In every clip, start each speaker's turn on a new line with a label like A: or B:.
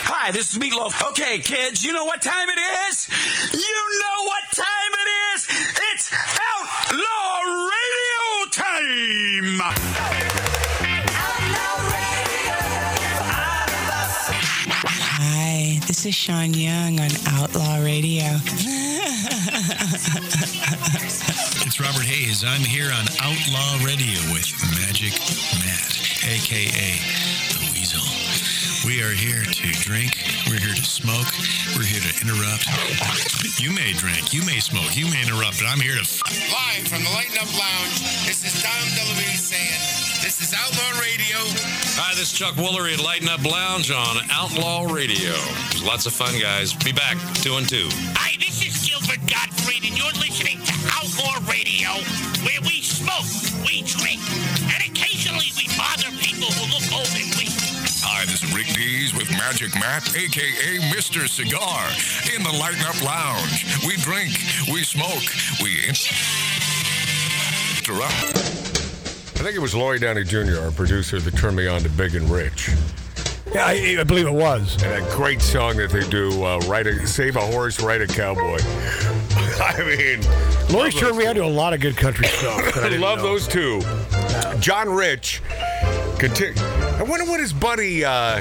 A: Hi, this is Meatloaf. Okay, kids, you know what time it is? You know what time it is? It's Outlaw Radio time!
B: Hi, this is Sean Young on Outlaw Radio.
C: It's Robert Hayes. I'm here on Outlaw Radio with Magic Matt, aka the Weasel. We are here to drink. We're here to smoke. We're here to interrupt. You may drink. You may smoke. You may interrupt. But I'm here to. F-
D: Live from the Lighten Up Lounge, this is Tom DeLuise saying, this is Outlaw Radio.
E: Hi, this is Chuck Woolery at Lighten Up Lounge on Outlaw Radio. It was lots of fun, guys. Be back, two and two.
D: Hi, this is Gilbert Gottfried, and you're listening to Outlaw Radio, where we smoke, we drink, and occasionally we bother people who look old and weak.
F: Hi, this is Rick Dees with Magic Matt, aka Mr. Cigar, in the Lighten Up Lounge. We drink, we smoke, we interrupt.
G: I think it was Lloyd Downey Jr., our producer, that turned me on to Big and Rich.
H: Yeah, I, I believe it was.
G: And a great song that they do, uh, "Ride a, Save a Horse, Ride a Cowboy. I mean,
H: Lori turned me on to a lot of good country stuff. that
G: I
H: didn't
G: love
H: know.
G: those two. John Rich. Conti- I wonder what his buddy. Uh,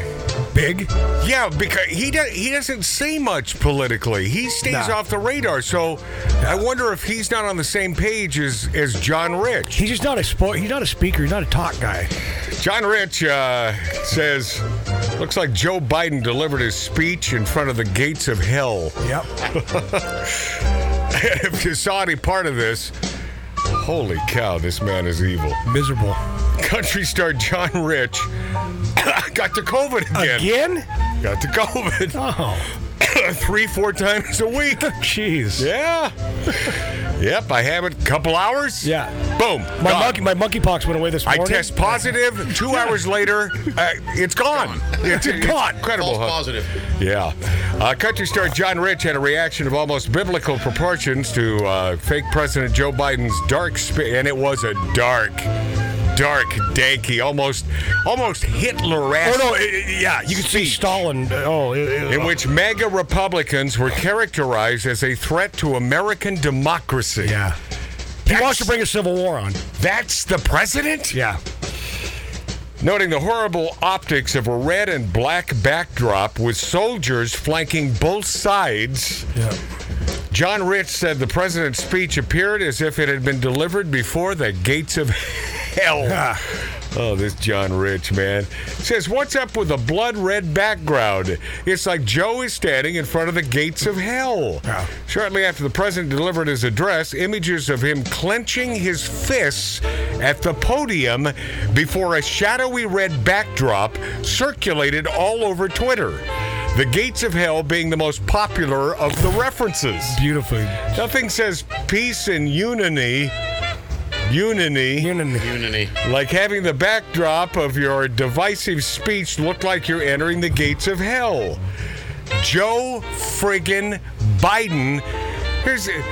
H: big.
G: yeah, because he does, he doesn't say much politically. He stays
H: Nah.
G: off the radar. So I wonder if he's not on the same page as as John Rich.
H: He's just not a sport. He's not a speaker. He's not a talk guy.
G: John Rich uh, says, "Looks like Joe Biden delivered his speech in front of the gates of hell."
H: Yep.
G: if you saw any part of this, holy cow, this man is evil.
H: Miserable.
G: Country star John Rich got to COVID again.
H: Again?
G: Got to COVID
H: Oh,
G: three, four times a week.
H: jeez.
G: Yeah. yep, I have it. Couple hours.
H: Yeah.
G: Boom.
H: My
G: gone.
H: monkey, my monkeypox went away this
G: I
H: morning.
G: test positive. Two hours later, uh, it's gone. It's, it's gone. Incredible, huh?
C: positive.
G: Yeah. Uh, country star John Rich had a reaction of almost biblical proportions to uh, fake President Joe Biden's dark speech, and it was a dark, dark, danky, almost, almost Hitler-esque.
H: Oh no! it- it- yeah, you could see
G: Speech.
H: Stalin. Oh, it, it-
G: In which mega Republicans were characterized as a threat to American democracy.
H: yeah. He wants to bring a civil war on.
G: That's the president?
H: Yeah.
G: Noting the horrible optics of a red and black backdrop with soldiers flanking both sides.
H: Yeah.
G: John Rich said the president's speech appeared as if it had been delivered before the gates of hell. oh, this John Rich, man. Says, what's up with the blood red background? It's like Joe is standing in front of the gates of hell.
H: Yeah.
G: Shortly after the president delivered his address, images of him clenching his fists at the podium before a shadowy red backdrop circulated all over Twitter. The Gates of Hell being the most popular of the references.
H: Beautifully.
G: Nothing says peace and unity, unity,
H: Union-
G: like having the backdrop of your divisive speech look like you're entering the gates of hell. Joe friggin' Biden. Here's a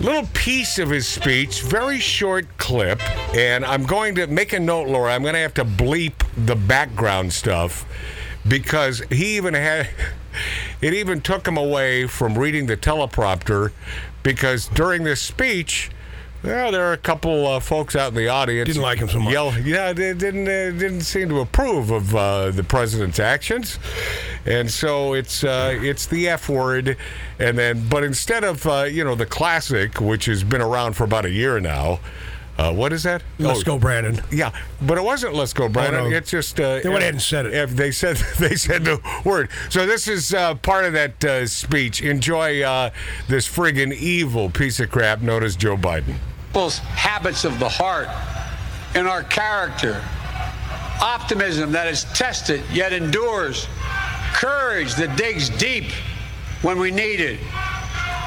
G: little piece of his speech, very short clip, and I'm going to make a note, Laura. I'm going to have to bleep the background stuff because he even had it even took him away from reading the teleprompter because during this speech. Well, there are a couple uh, folks out in the audience
H: Didn't like him so much.
G: Yell, yeah, they didn't uh, didn't seem to approve of uh, the president's actions, and so it's uh, it's the F word, and then but instead of uh, you know the classic, which has been around for about a year now, uh, what is that?
H: Let's
G: Oh,
H: go, Brandon.
G: Yeah, but it wasn't "Let's go, Brandon."
H: no.
G: It's just uh,
H: They went ahead and said it.
G: If they said they said the word, so this is uh, part of that uh, speech. Enjoy uh, this friggin' evil piece of crap known as Joe Biden.
I: people's habits of the heart and our character. Optimism that is tested yet endures. Courage that digs deep when we need it.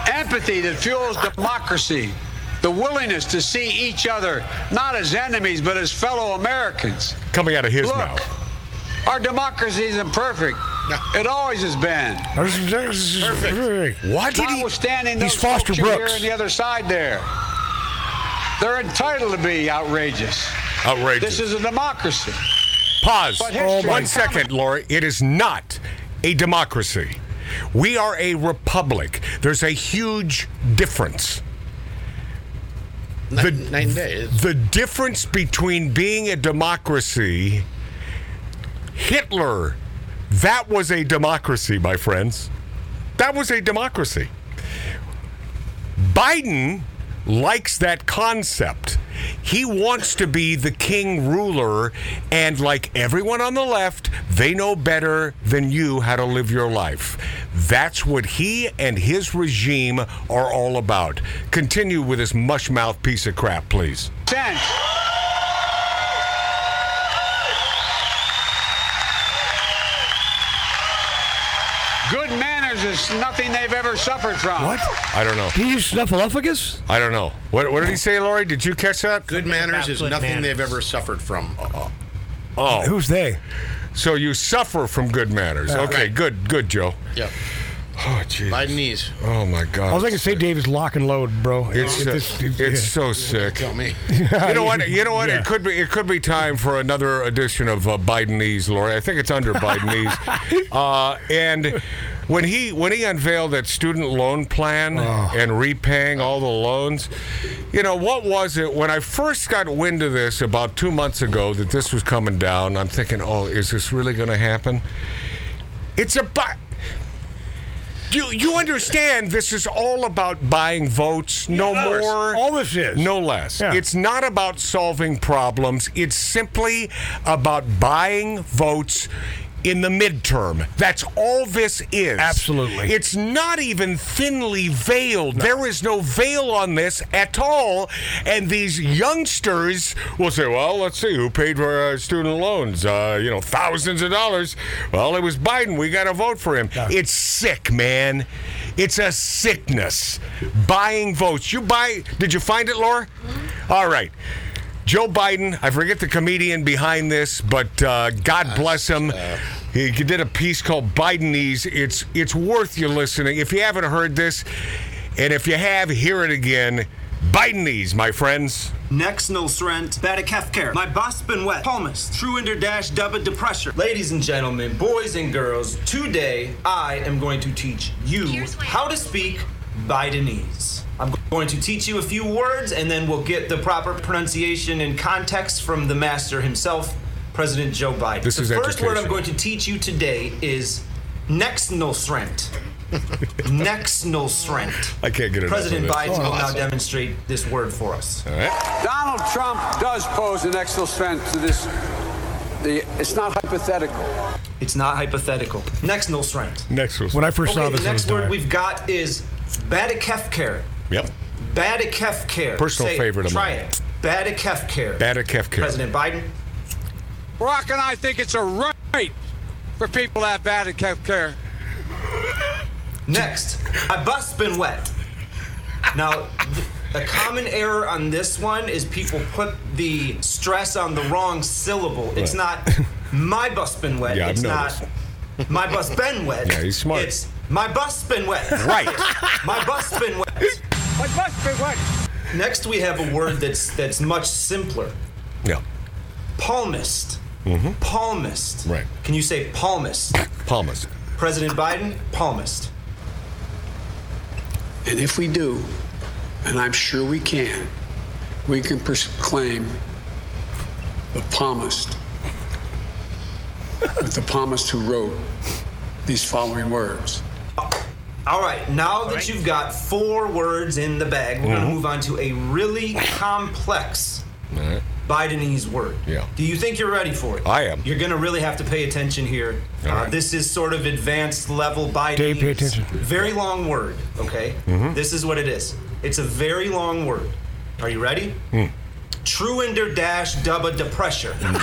I: Empathy that fuels democracy. The willingness to see each other not as enemies but as fellow Americans.
G: Coming out of his
I: Look,
G: mouth.
I: our democracy isn't perfect. It always has been.
H: Perfect.
G: What did he?
I: Notwithstanding
H: he's
I: those
H: Foster
I: folks you hear
H: Brooks.
I: on the other side there. They're entitled to be outrageous.
G: Outrageous.
I: This is a democracy.
G: Pause.
I: But
G: Oh,
I: history-
G: one second, Laura. It is not a democracy. We are a republic. There's a huge difference.
J: Nine, nine days.
G: The difference between being a democracy, Hitler, that was a democracy, my friends. That was a democracy. Biden likes that concept. He wants to be the king ruler, and like everyone on the left, they know better than you how to live your life. That's what he and his regime are all about. Continue with this mush mouth piece of crap, please.
I: Ten. Good manners is nothing they've ever suffered from.
H: What?
G: I don't know.
H: Can you use snuffleupagus?
G: I don't know. What, what did he say, Lori? Did you catch that?
J: Good manners is
K: About good
J: nothing they've
K: manners.
J: ever suffered from.
G: Oh,
H: Who's they?
G: so you suffer from good manners. Okay,
J: right.
G: good, good, Joe.
J: Yeah.
G: Oh, jeez.
J: By knees.
G: Oh, my God.
H: All I can say, Dave, is lock and load, bro.
G: It's,
H: Get
G: uh,
H: this-
G: it's so sick.
J: Tell me.
G: You know what? You know what?
H: Yeah.
G: It could be. It could be time for another edition of uh, Bidenese, Lori. I think it's under Bidenese. uh, and when he when he unveiled that student loan plan
H: Oh.
G: and repaying all the loans, you know what was it? When I first got wind of this about two months ago that this was coming down, I'm thinking, oh, is this really going to happen? It's a bu- you you understand this is all about buying votes, no
H: course.
G: more.
H: All this is.
G: No less.
H: Yeah.
G: It's not about solving problems. It's simply about buying votes in the midterm. That's all this is.
H: Absolutely.
G: It's not even thinly veiled. There is no veil on this at all. And these youngsters will say, well, let's see, who paid for our student loans? Uh, you know, thousands of dollars. Well, it was Biden. We got to vote for him. It's sick, man. It's a sickness. Buying votes. You buy, did you find it, Laura? All right. Joe Biden, I forget the comedian behind this, but uh, God bless him. He did a piece called Bidenese. It's it's worth you listening. If you haven't heard this, and if you have, hear it again. Bidenese, my friends.
K: Next no rent, bad at healthcare. My boss been wet. Palmas, true under dash dubba depressure. Ladies and gentlemen, boys and girls, today I am going to teach you how to speak Bidenese. I'm going to teach you a few words and then we'll get the proper pronunciation and context from the master himself, President Joe Biden.
G: This
K: the
G: is
K: first word I'm
G: educational.
K: going to teach you today is Nexnosrent. Nexnosrent.
G: I can't get enough of
K: President
G: this.
K: Biden will now demonstrate this word for us.
I: Donald Trump does pose an extra threat to this. The, it's not hypothetical.
K: It's not hypothetical. Next no strength.
G: Next was
H: When I first saw
K: Okay,
H: this,
K: the
H: I was
K: next word
H: dying.
K: we've got is Badakefkar.
G: Yep.
K: Badakefkar.
G: Personal
K: Say,
G: favorite of
K: Try
G: mine.
K: it. Badakefkar.
G: Badakefkar.
K: President Biden.
I: Rock and I think it's a right for people to have bad health care.
K: Next, I bust been wet. Now, th- a common error on this one is people put the stress on the wrong syllable. It's not my bus been wet.
G: Yeah, I've
K: it's not my bus been wet.
G: Yeah, he's smart.
K: It's my bus been wet.
G: Right.
K: my bus been wet.
I: What must be what?
K: Next, we have a word that's that's much simpler.
G: Yeah.
K: Palmist. Palmist.
G: Right.
K: Can you say palmist?
G: Palmas.
K: President Biden, palmist.
I: And if we do, and I'm sure we can, we can proclaim the palmist, with the palmist who wrote these following words.
K: All right, now that you've got four words in the bag, we're going to move on to a really complex Bidenese word.
G: Yeah.
K: Do you think you're ready for it?
G: I am.
K: You're going to really have to pay attention here. Uh,
G: right.
K: This is sort of advanced level Bidenese.
H: Dave, pay attention.
K: Very long word, okay?
G: Mm-hmm.
K: This is what it is. It's a very long word. Are you ready?
G: Hmm.
K: Truender dash dubba depressure.
G: Hmm.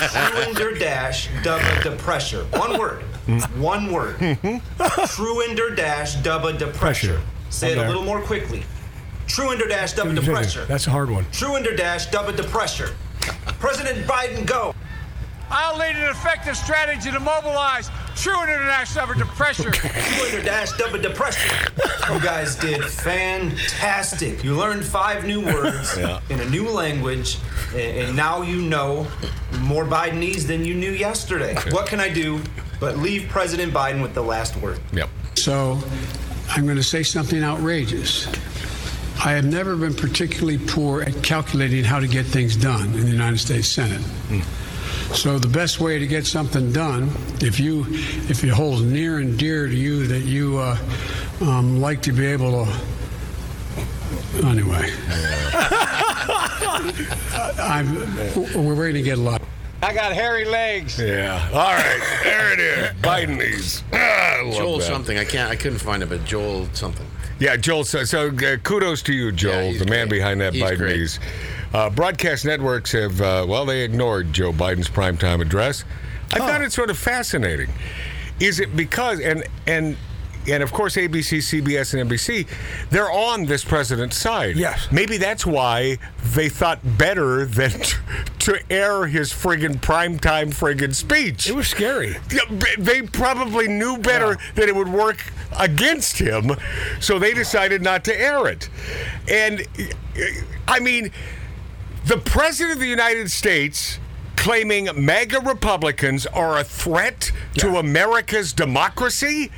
K: Truender dash dubba depressure. One word.
G: Hmm.
K: One word.
G: Mm-hmm.
K: Truender dash dubba depressure.
H: Pressure.
K: Say it a little more quickly. Truender dash dubba depressure.
H: That's a hard one.
K: Truender dash dubba depressure. President Biden, go.
I: I'll lead an effective strategy to mobilize true international effort to pressure.
K: Twitter dash double depression. You guys did fantastic. You learned five new words in a new language, and, and now you know more Bidenese than you knew yesterday. What can I do but leave President Biden with the last word.
G: Yep.
J: So I'm going to say something outrageous. I have never been particularly poor at calculating how to get things done in the United States Senate. So the best way to get something done, if you, if it holds near and dear to you that you uh, um, like to be able to, anyway, I'm, we're going to get a lot.
I: I got hairy legs.
G: Yeah. All right. There it is. Biden these. Ah, I love
L: Joel
G: that.
L: something. I can't. I couldn't find it, but Joel something.
G: Yeah, Joel. So, so uh, kudos to you, Joel, the man behind that
L: He's
G: Biden
L: great.
G: news. Uh, broadcast networks have, uh, well, they ignored Joe Biden's primetime address. I
L: Oh.
G: found it sort of fascinating. Is it because and and and of course ABC, CBS, and NBC, they're on this president's side. Yes. Maybe that's why they thought better than t- to air his friggin' primetime friggin' speech. It was
H: scary.
G: They probably knew better that it would work against him, so they decided not to air it. And I mean, the president of the United States claiming MAGA Republicans are a threat to America's democracy?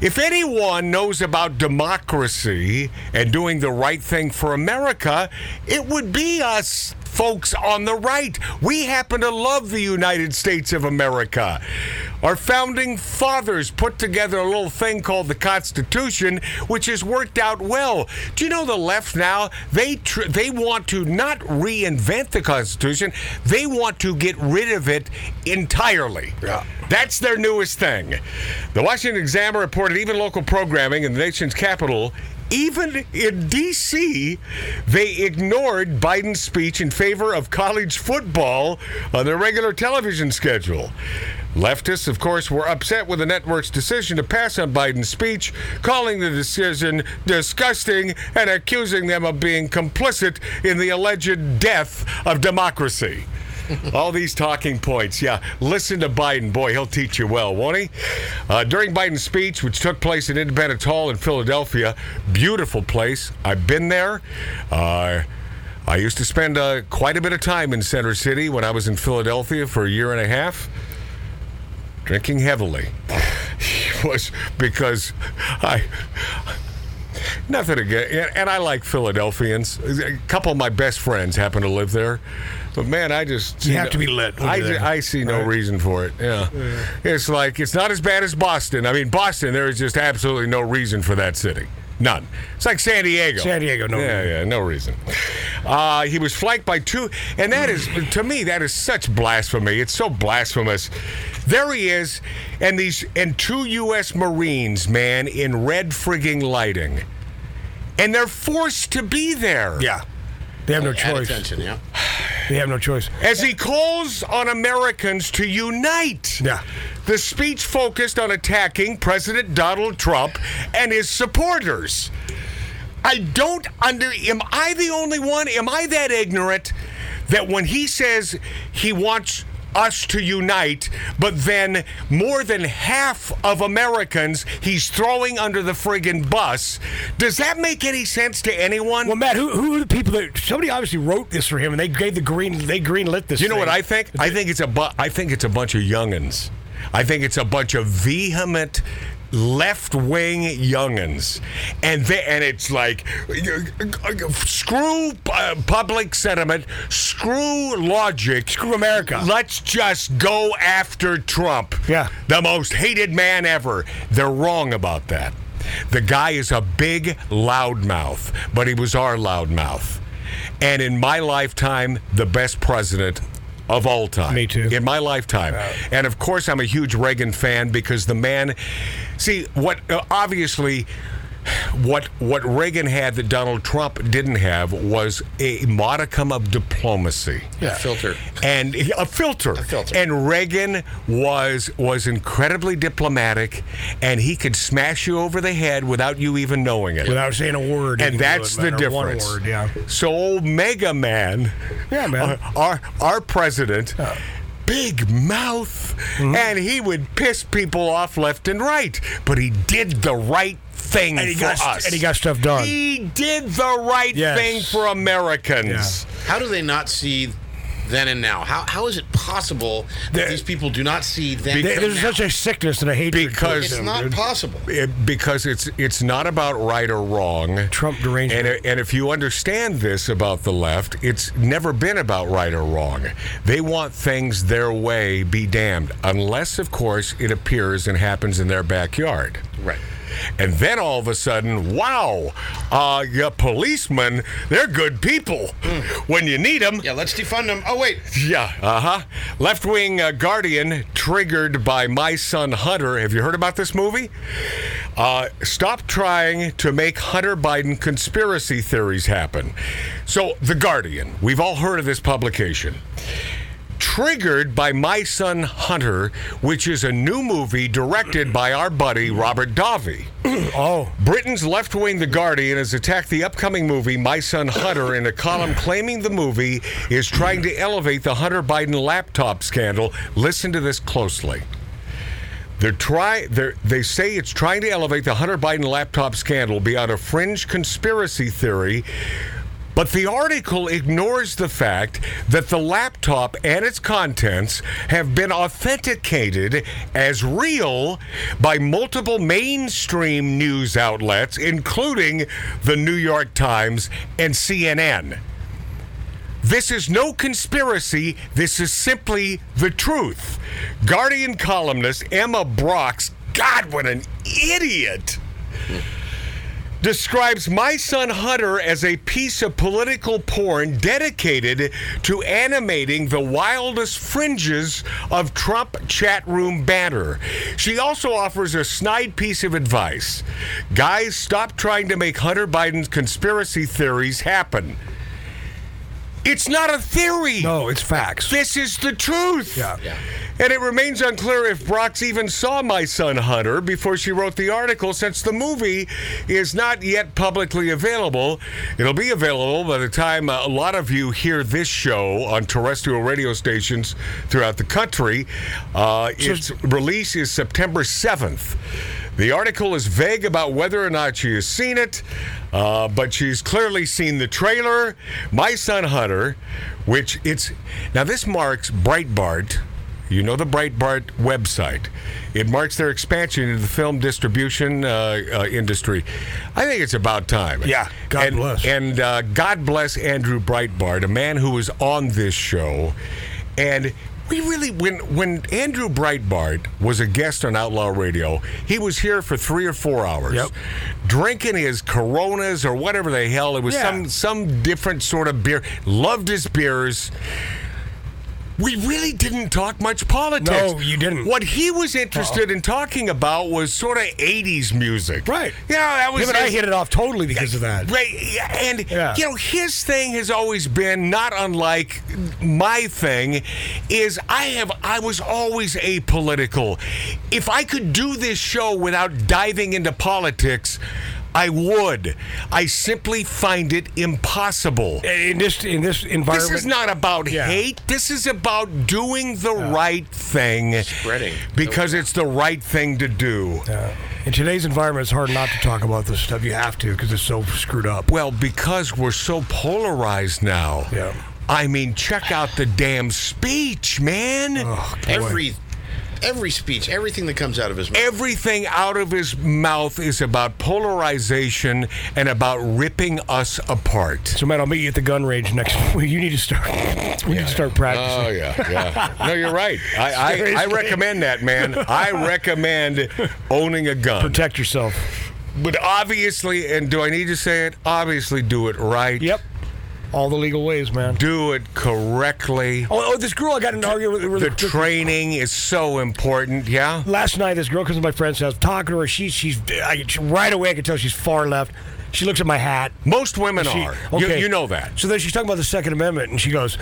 G: If anyone knows about democracy and doing the right thing for America, it would be us folks on the right. We happen to love the United States of America. Our founding fathers put together a little thing called the Constitution, which has worked out well. Do you know the left now? They tr- they want to not reinvent the Constitution. They want to get rid of it entirely. Yeah. That's their newest thing. The Washington Examiner reported even local programming in the nation's capital even in D.C., they ignored Biden's speech in favor of college football on their regular television schedule. Leftists, of course, were upset with the network's decision to pass on Biden's speech, calling the decision disgusting and accusing them of being complicit in the alleged death of democracy. All these talking points. Yeah, listen to Biden. Boy, he'll teach you well, won't he? Uh, during Biden's speech, which took place in Independence Hall in Philadelphia, beautiful place. I've been there. Uh, I used to spend uh, quite a bit of time in Center City when I was in Philadelphia for a year and a half drinking heavily It was because I nothing again and- and I like Philadelphians a couple of my best friends happen to live there but man I just
H: You have to be lit over
G: I,
H: there,
G: I see no
H: right?
G: reason for it yeah it's like it's not as bad as Boston I mean Boston there is just absolutely no reason for that city None. It's like San Diego.
H: San Diego, no
G: Yeah,
H: reason.
G: yeah, no reason. Uh, he was flanked by two, and that is, to me, that is such blasphemy. It's so blasphemous. There he is, and these, and two U.S. Marines, man, in red frigging lighting, and they're forced to be there.
H: Yeah. They have no
L: Add
H: choice.
L: attention. Yeah.
H: They have no choice.
G: As he calls on Americans to unite.
H: Yeah.
G: The speech focused on attacking President Donald Trump and his supporters. I don't under. Am I the only one? Am I that ignorant that when he says he wants us to unite, but then more than half of Americans he's throwing under the friggin' bus? Does that make any sense to anyone?
H: Well, Matt, who, who are the people that somebody obviously wrote this for him, and they gave the green they green lit this.
G: You know
H: thing.
G: what I think? I think it's a bu- I think it's a bunch of youngins. I think it's a bunch of vehement left-wing youngins, and they, and it's like screw uh, public sentiment, screw logic,
H: screw America.
G: Let's just go after Trump.
H: Yeah.
G: the most hated man ever. They're wrong about that. The guy is a big loudmouth, but he was our loudmouth. And in my lifetime, the best president of all time.
H: Me too.
G: In my lifetime. And of course, I'm a huge Reagan fan because the man, see, what uh, obviously. What what Reagan had that Donald Trump didn't have was a modicum of diplomacy
L: yeah. Filter.
G: and a filter.
L: filter.
G: And Reagan was was incredibly diplomatic, and he could smash you over the head without you even knowing it.
H: Without saying a word, he
G: and
H: can do
G: that's
H: it,
G: the
H: man, or one
G: difference.
H: word, yeah.
G: So old Mega Man, uh,
H: Yeah, man.
G: our our president. Big mouth,
H: Mm-hmm.
G: and he would piss people off left and right, but he did the right thing
H: And he
G: for
H: got st-
G: us.
H: and he got stuff done.
G: He did the right
H: Yes.
G: thing for Americans.
L: How do they not see then and now? How how is it possible that these people do not see them.
H: There- there's such a sickness and a hatred
G: because
L: It's not possible.
G: It- because it's it's not about right or wrong. Trump derangement. And, and if you understand this about the left, it's never been about right or wrong. They want things their way, be damned, unless of course it appears and happens in their backyard.
L: Right.
G: And then all of a sudden, wow, uh, your policemen, they're good people when you need them.
L: Yeah, let's defund them. Oh, wait.
G: Yeah, uh huh. Left wing uh, Guardian triggered by My Son Hunter. Have you heard about this movie? Uh, stop trying to make Hunter Biden conspiracy theories happen. So, The Guardian, we've all heard of this publication. Triggered by My Son Hunter, which is a new movie directed by our buddy Robert Davi. oh. Britain's left wing The Guardian has attacked the upcoming movie My Son Hunter in a column claiming the movie is trying to elevate the Hunter Biden laptop scandal. Listen to this closely. They're try they're, they say it's trying to elevate the Hunter Biden laptop scandal beyond a fringe conspiracy theory. But the article ignores the fact that the laptop and its contents have been authenticated as real by multiple mainstream news outlets, including the New York Times and CNN. This is no conspiracy. This is simply the truth. Guardian columnist Emma Brox, God, what an idiot, describes my son Hunter as a piece of political porn dedicated to animating the wildest fringes of Trump chat room banter. She also offers a snide piece of advice Guys, stop trying to make Hunter Biden's conspiracy theories happen. It's not a theory. No, it's facts. This is the truth. Yeah. And it remains unclear if Brox even saw my son Hunter before she wrote the article, since the movie is not yet publicly available. It'll be available by the time uh, a lot of you hear this show on terrestrial radio stations throughout the country. Uh, its release is September 7th. The article is vague about whether or not she has seen it, uh, but she's clearly seen the trailer. My son Hunter, which it's now this marks Breitbart. You know the Breitbart website. It marks their expansion into the film distribution uh, uh, industry. I think it's about time. Yeah, God and, bless. And uh, God bless Andrew Breitbart, a man who was on this show, and we really when when Andrew Breitbart was a guest on Outlaw Radio, he was here for three or four hours, drinking his Coronas or whatever the hell it was, some some different sort of beer. Loved his beers. We really didn't talk much politics.
H: No, you didn't.
G: What he was interested in talking about was sort of '80s music, right? Yeah, that was.
H: Him and I
G: his-
H: hit it off totally because of that.
G: Right, yeah, and
H: Yeah.
G: you know his thing has always been not unlike my thing is I have I was always apolitical. If I could do this show without diving into politics, I would. I simply find it impossible.
H: In this in this environment,
G: This is not about
H: Yeah.
G: hate. This is about doing the right thing. Spreading. Because it's the right thing to do.
H: In today's environment, it's hard not to talk about this stuff. You have to because it's so screwed up.
G: Well, because we're so polarized now. Yeah. I mean, check out the damn speech, man.
L: Every every speech, everything that comes out of his mouth.
G: Everything out of his mouth is about polarization and about ripping us apart.
H: So, man, I'll meet you at the gun range next. Well, you need to start. We need to start practicing.
G: Oh yeah, yeah. No, you're right. I, I, I
H: Seriously.
G: recommend that, man. I recommend owning a gun.
H: Protect yourself.
G: But obviously, and do I need to say it? Obviously, do it right. Yep.
H: All the legal ways, man.
G: Do it correctly.
H: Oh, oh, this girl I got in an argument with. with-
G: The training is so important. Yeah.
H: last night this girl comes to my friend's house talking to her she, she's I, she- right away i can tell she's far left she looks at my hat
G: Most women
H: She-
G: are. You- you know that.
H: so then she's talking about the second amendment and she goes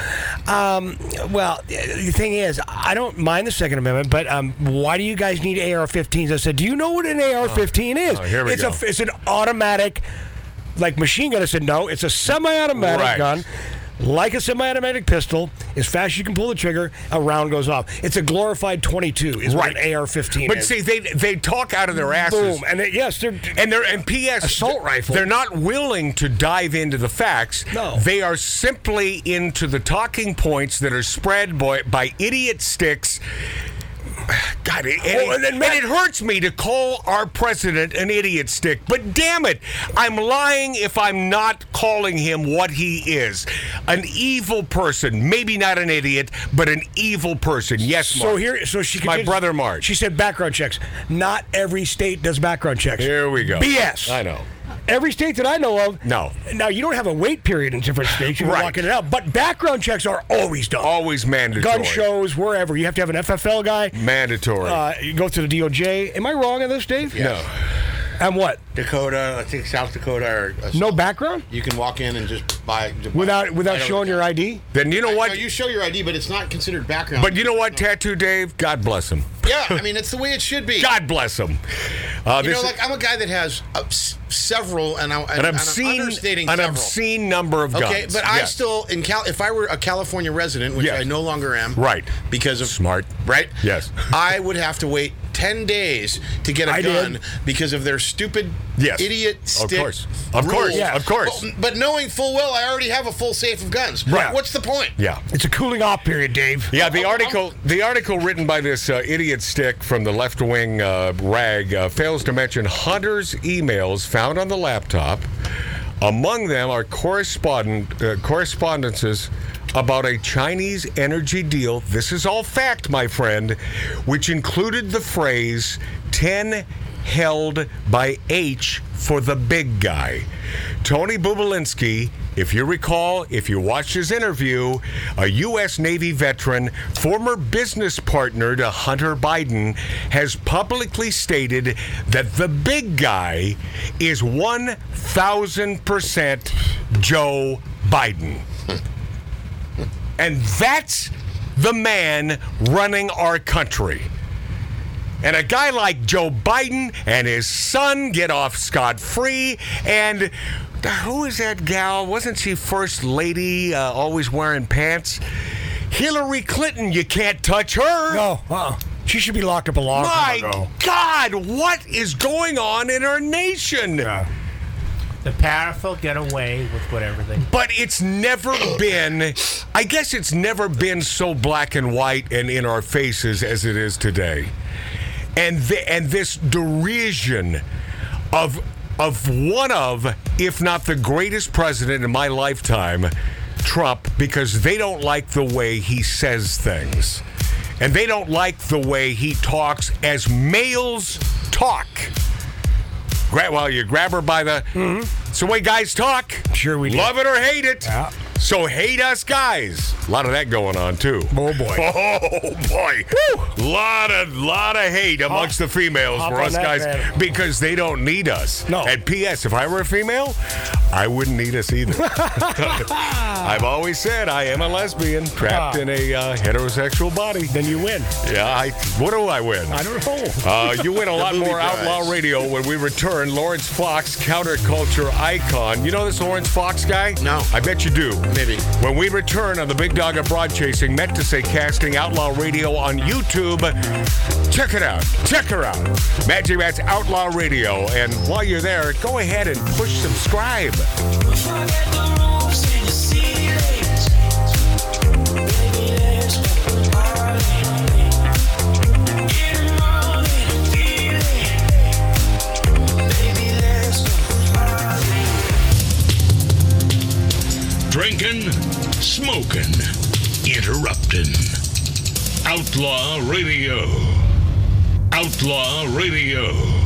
H: um, well the thing is i don't mind the second amendment but um, why do you guys need ar-15s i said do you know what an ar-15 is
G: oh, here we
H: it's,
G: go.
H: A, it's an automatic like machine gun i said no it's a semi-automatic
G: Right.
H: gun like a semi-automatic pistol, as fast as you can pull the trigger, a round goes off. It's a glorified 22, is right. what an AR-15
G: But
H: is.
G: see, they they talk out of their asses.
H: Boom. And they- yes, they're
G: and they're and PS
H: Assault rifle.
G: They're not willing to dive into the facts.
H: No.
G: they are simply into the talking points that are spread by by idiot sticks. God, it, and,
H: Oh, and then
G: it,
H: Matt-
G: and it hurts me to call our president an idiot stick, but damn it, I'm lying if I'm not calling him what he is an evil person. Maybe not an idiot, but an evil person. Yes, Mark.
H: So here, so she.
G: My
H: continues-
G: brother Marge.
H: She said background checks. Not every state does background checks.
G: Here we go.
H: BS.
G: I know.
H: Every state that I know of.
G: No.
H: Now you don't have a wait period in different states. You're
G: Right.
H: walking it out, but background checks are always done.
G: Always mandatory.
H: Gun shows, wherever you have to have an FFL guy.
G: Mandatory.
H: Uh, you go through the DOJ. Am I wrong on this, Dave?
L: Yes.
H: And what?
L: Dakota, I think South Dakota. Or
H: No background
L: You can walk in and just buy
H: without
L: I
H: without
L: don't-
H: showing your ID.
G: Then you know what?
L: No, you show your ID, but it's not considered background.
G: But you know what, Tattoo Dave? God bless him.
L: yeah, I mean, it's the way it should be.
G: God bless him. Uh,
L: you
G: this
L: know, like I'm a guy that has uh, s- several, and I and,
G: an
L: and I'm
G: obscene,
L: understating
G: an
L: several.
G: obscene number of guns.
L: Okay, but I
G: Yes.
L: still in Cal. If I were a California resident, which
G: Yes.
L: I no longer am,
G: right
L: because of
G: smart.
L: right,
G: Yes.
L: I would have to wait ten days to get a
G: I did.
L: gun because of their stupid,
G: Yes.
L: idiot,
G: Of
L: stick
G: course. Of course.
L: rules.
G: Yeah. Of course.
L: But, but knowing full well, I already have a full safe of guns.
G: Right.
L: What's the point?
G: Yeah.
H: It's a cooling off period, Dave.
G: Yeah, the article the article written by this uh, idiot stick from the left wing uh, rag uh, fails to mention Hunter's emails found on the laptop. Among them are correspondent uh, correspondences about a Chinese energy deal. This is all fact, my friend, which included the phrase 10 held by H for the big guy. Tony Bubulinski, if you recall, if you watched his interview, a U.S. Navy veteran, former business partner to Hunter Biden, has publicly stated that the big guy is 1,000% Joe Biden. and that's the man running our country. And a guy like Joe Biden and his son get off scot free. And uh, who is that gal? Wasn't she first lady, uh, always wearing pants? Hillary Clinton, you can't touch her.
H: No. Uh-uh. She should be locked up a long
G: My
H: time ago.
G: God, what is going on in our nation?
M: The powerful get away with whatever they.
G: But it's never been, I guess it's never been so black and white and in our faces as it is today. And the, and this derision of of one of, if not the greatest president in my lifetime, Trump, because they don't like the way he says things. And they don't like the way he talks as males talk. Gra- well, you grab her by the. It's the way guys talk.
H: Mm-hmm. Sure we do.
G: Love it or hate it.
H: Yeah.
G: So hate us guys. A lot of that going on too.
H: Oh, boy.
G: Oh boy. Lot of lot of hate amongst the females
H: Hop
G: for
H: on
G: us
H: that
G: guys
H: bandwagon.
G: because they don't need us.
H: No.
G: And P.S. If I were a female, I wouldn't need us either. I've always said I am a lesbian
H: Ah.
G: trapped in a uh, heterosexual body.
H: Then you win.
G: Yeah. I, what do I win?
H: I don't know.
G: Uh, you win a lot
L: movie
G: more
L: prize.
G: Outlaw Radio when we return. Lawrence Fox, counterculture icon. You know this Lawrence Fox guy?
L: No.
G: I bet you do.
L: Maybe.
G: When we return on the Big Dog Abroad Chasing, meant to say casting Outlaw Radio on YouTube. Check it out. Check her out. Magic Matt's Outlaw Radio. And while you're there, go ahead and push subscribe.
N: Drinking, smoking, interrupting. Outlaw Radio. Outlaw Radio.